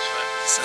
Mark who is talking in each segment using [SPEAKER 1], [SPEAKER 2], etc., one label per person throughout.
[SPEAKER 1] Fly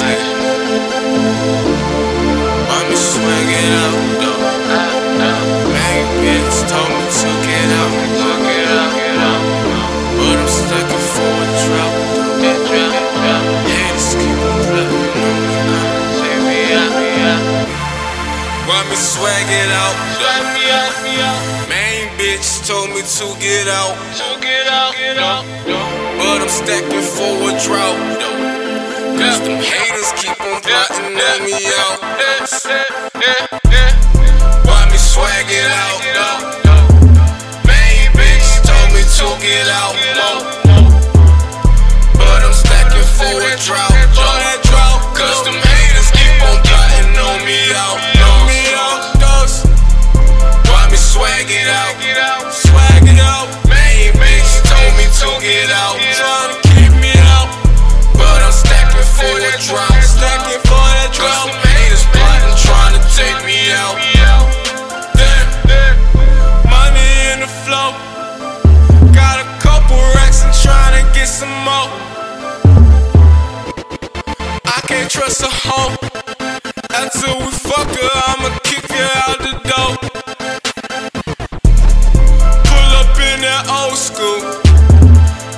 [SPEAKER 2] light.
[SPEAKER 1] nigga. Mommy swinging out the door.
[SPEAKER 2] Ah,
[SPEAKER 1] Maggie bitch told me to get out the
[SPEAKER 2] ah,
[SPEAKER 1] door.
[SPEAKER 2] get out, get out.
[SPEAKER 1] But I'm stuck in for a drop.
[SPEAKER 2] Get out,
[SPEAKER 1] Haters keep on plugging on
[SPEAKER 2] get out. Sway
[SPEAKER 1] me.
[SPEAKER 2] me out, me out.
[SPEAKER 1] Mommy swagging out the
[SPEAKER 2] Sway me out, me out.
[SPEAKER 1] Main bitch told me to get out,
[SPEAKER 2] So get out, get out.
[SPEAKER 1] but I'm stacking for a drought though. Cause them haters keep on plotting on me out. Why me swag it out though? Main bitch told me to get out more, but I'm stacking for a drought. For that drought, cause them haters keep on plotting on me out. On me out, thus. Why me swag it out? Swag it out. Main bitch told me to get out. Tryna keep me out. But I'm stacking for a drop. Stacking for a drop. Some haters plotting, trying to take me out. Damn. Money in the flow. Got a couple racks and trying to get some more. I can't trust a hoe. After we fuck her, I'ma kick her out the door. Pull up in that old school.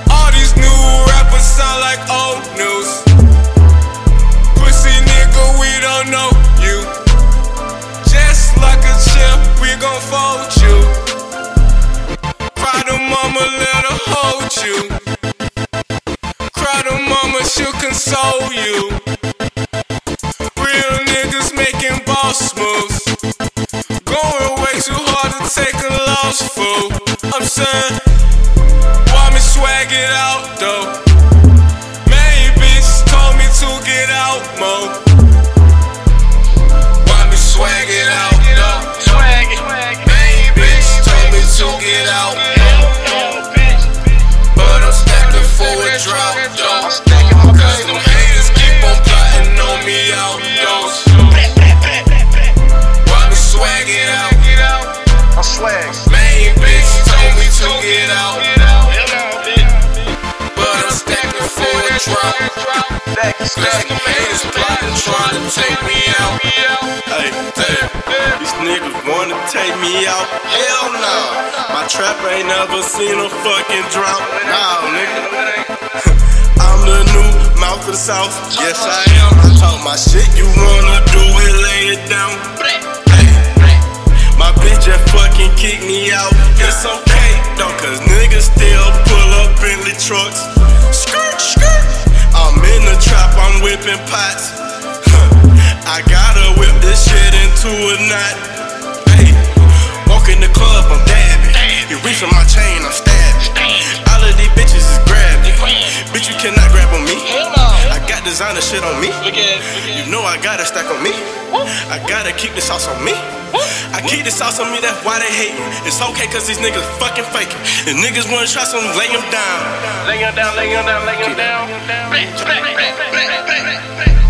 [SPEAKER 1] All these new rappers sound like old news. Pussy nigga, we don't know you. Just like a chip, we gon' fold you. Cry to mama, let her hold you. Cry to mama, she'll console you. Real niggas making boss moves. Going way too hard to take a loss, fool. I'm saying, why me swag it out though? Main bitch told me to get out more. Why me swag it out though?
[SPEAKER 2] Swag it.
[SPEAKER 1] Main bitch told me to get out more. But I'm stacking for a drought though. Cause them haters keep on plotting on me out though. Why me swag it out?
[SPEAKER 3] I'm slag.
[SPEAKER 1] Main bitch told me to get out, but I'm stacking for a drop.
[SPEAKER 3] Back to
[SPEAKER 1] Cause
[SPEAKER 3] slag.
[SPEAKER 1] the man is plotting, trying to take me out.
[SPEAKER 4] Hey, damn, these niggas wanna take me out. Hell no. My trap ain't never seen a fucking drop. Nah, nigga. I'm the new mouth of the south. Yes, I am. I talk my shit. You wanna do it, lay it down. Hey, my bitch just fucking kicked me out. It's okay, though, cause niggas still pull up Bentley trucks. Skirt, skirt. I'm in the trap, I'm whipping pots. I gotta whip this shit into a knot. Hey, walk in the club, I'm dabbing. You reach for my chain, I'm stabbing. All of these bitches is grabbing. Bitch, you cannot grab on me. I got designer shit on me. You know I got a stack on me. I gotta keep the sauce on me. I keep the sauce on me, that's why they hating. It's okay, cause these niggas fucking faking. And niggas wanna try some, lay 'em down.
[SPEAKER 3] Lay him down, lay him down, lay him down.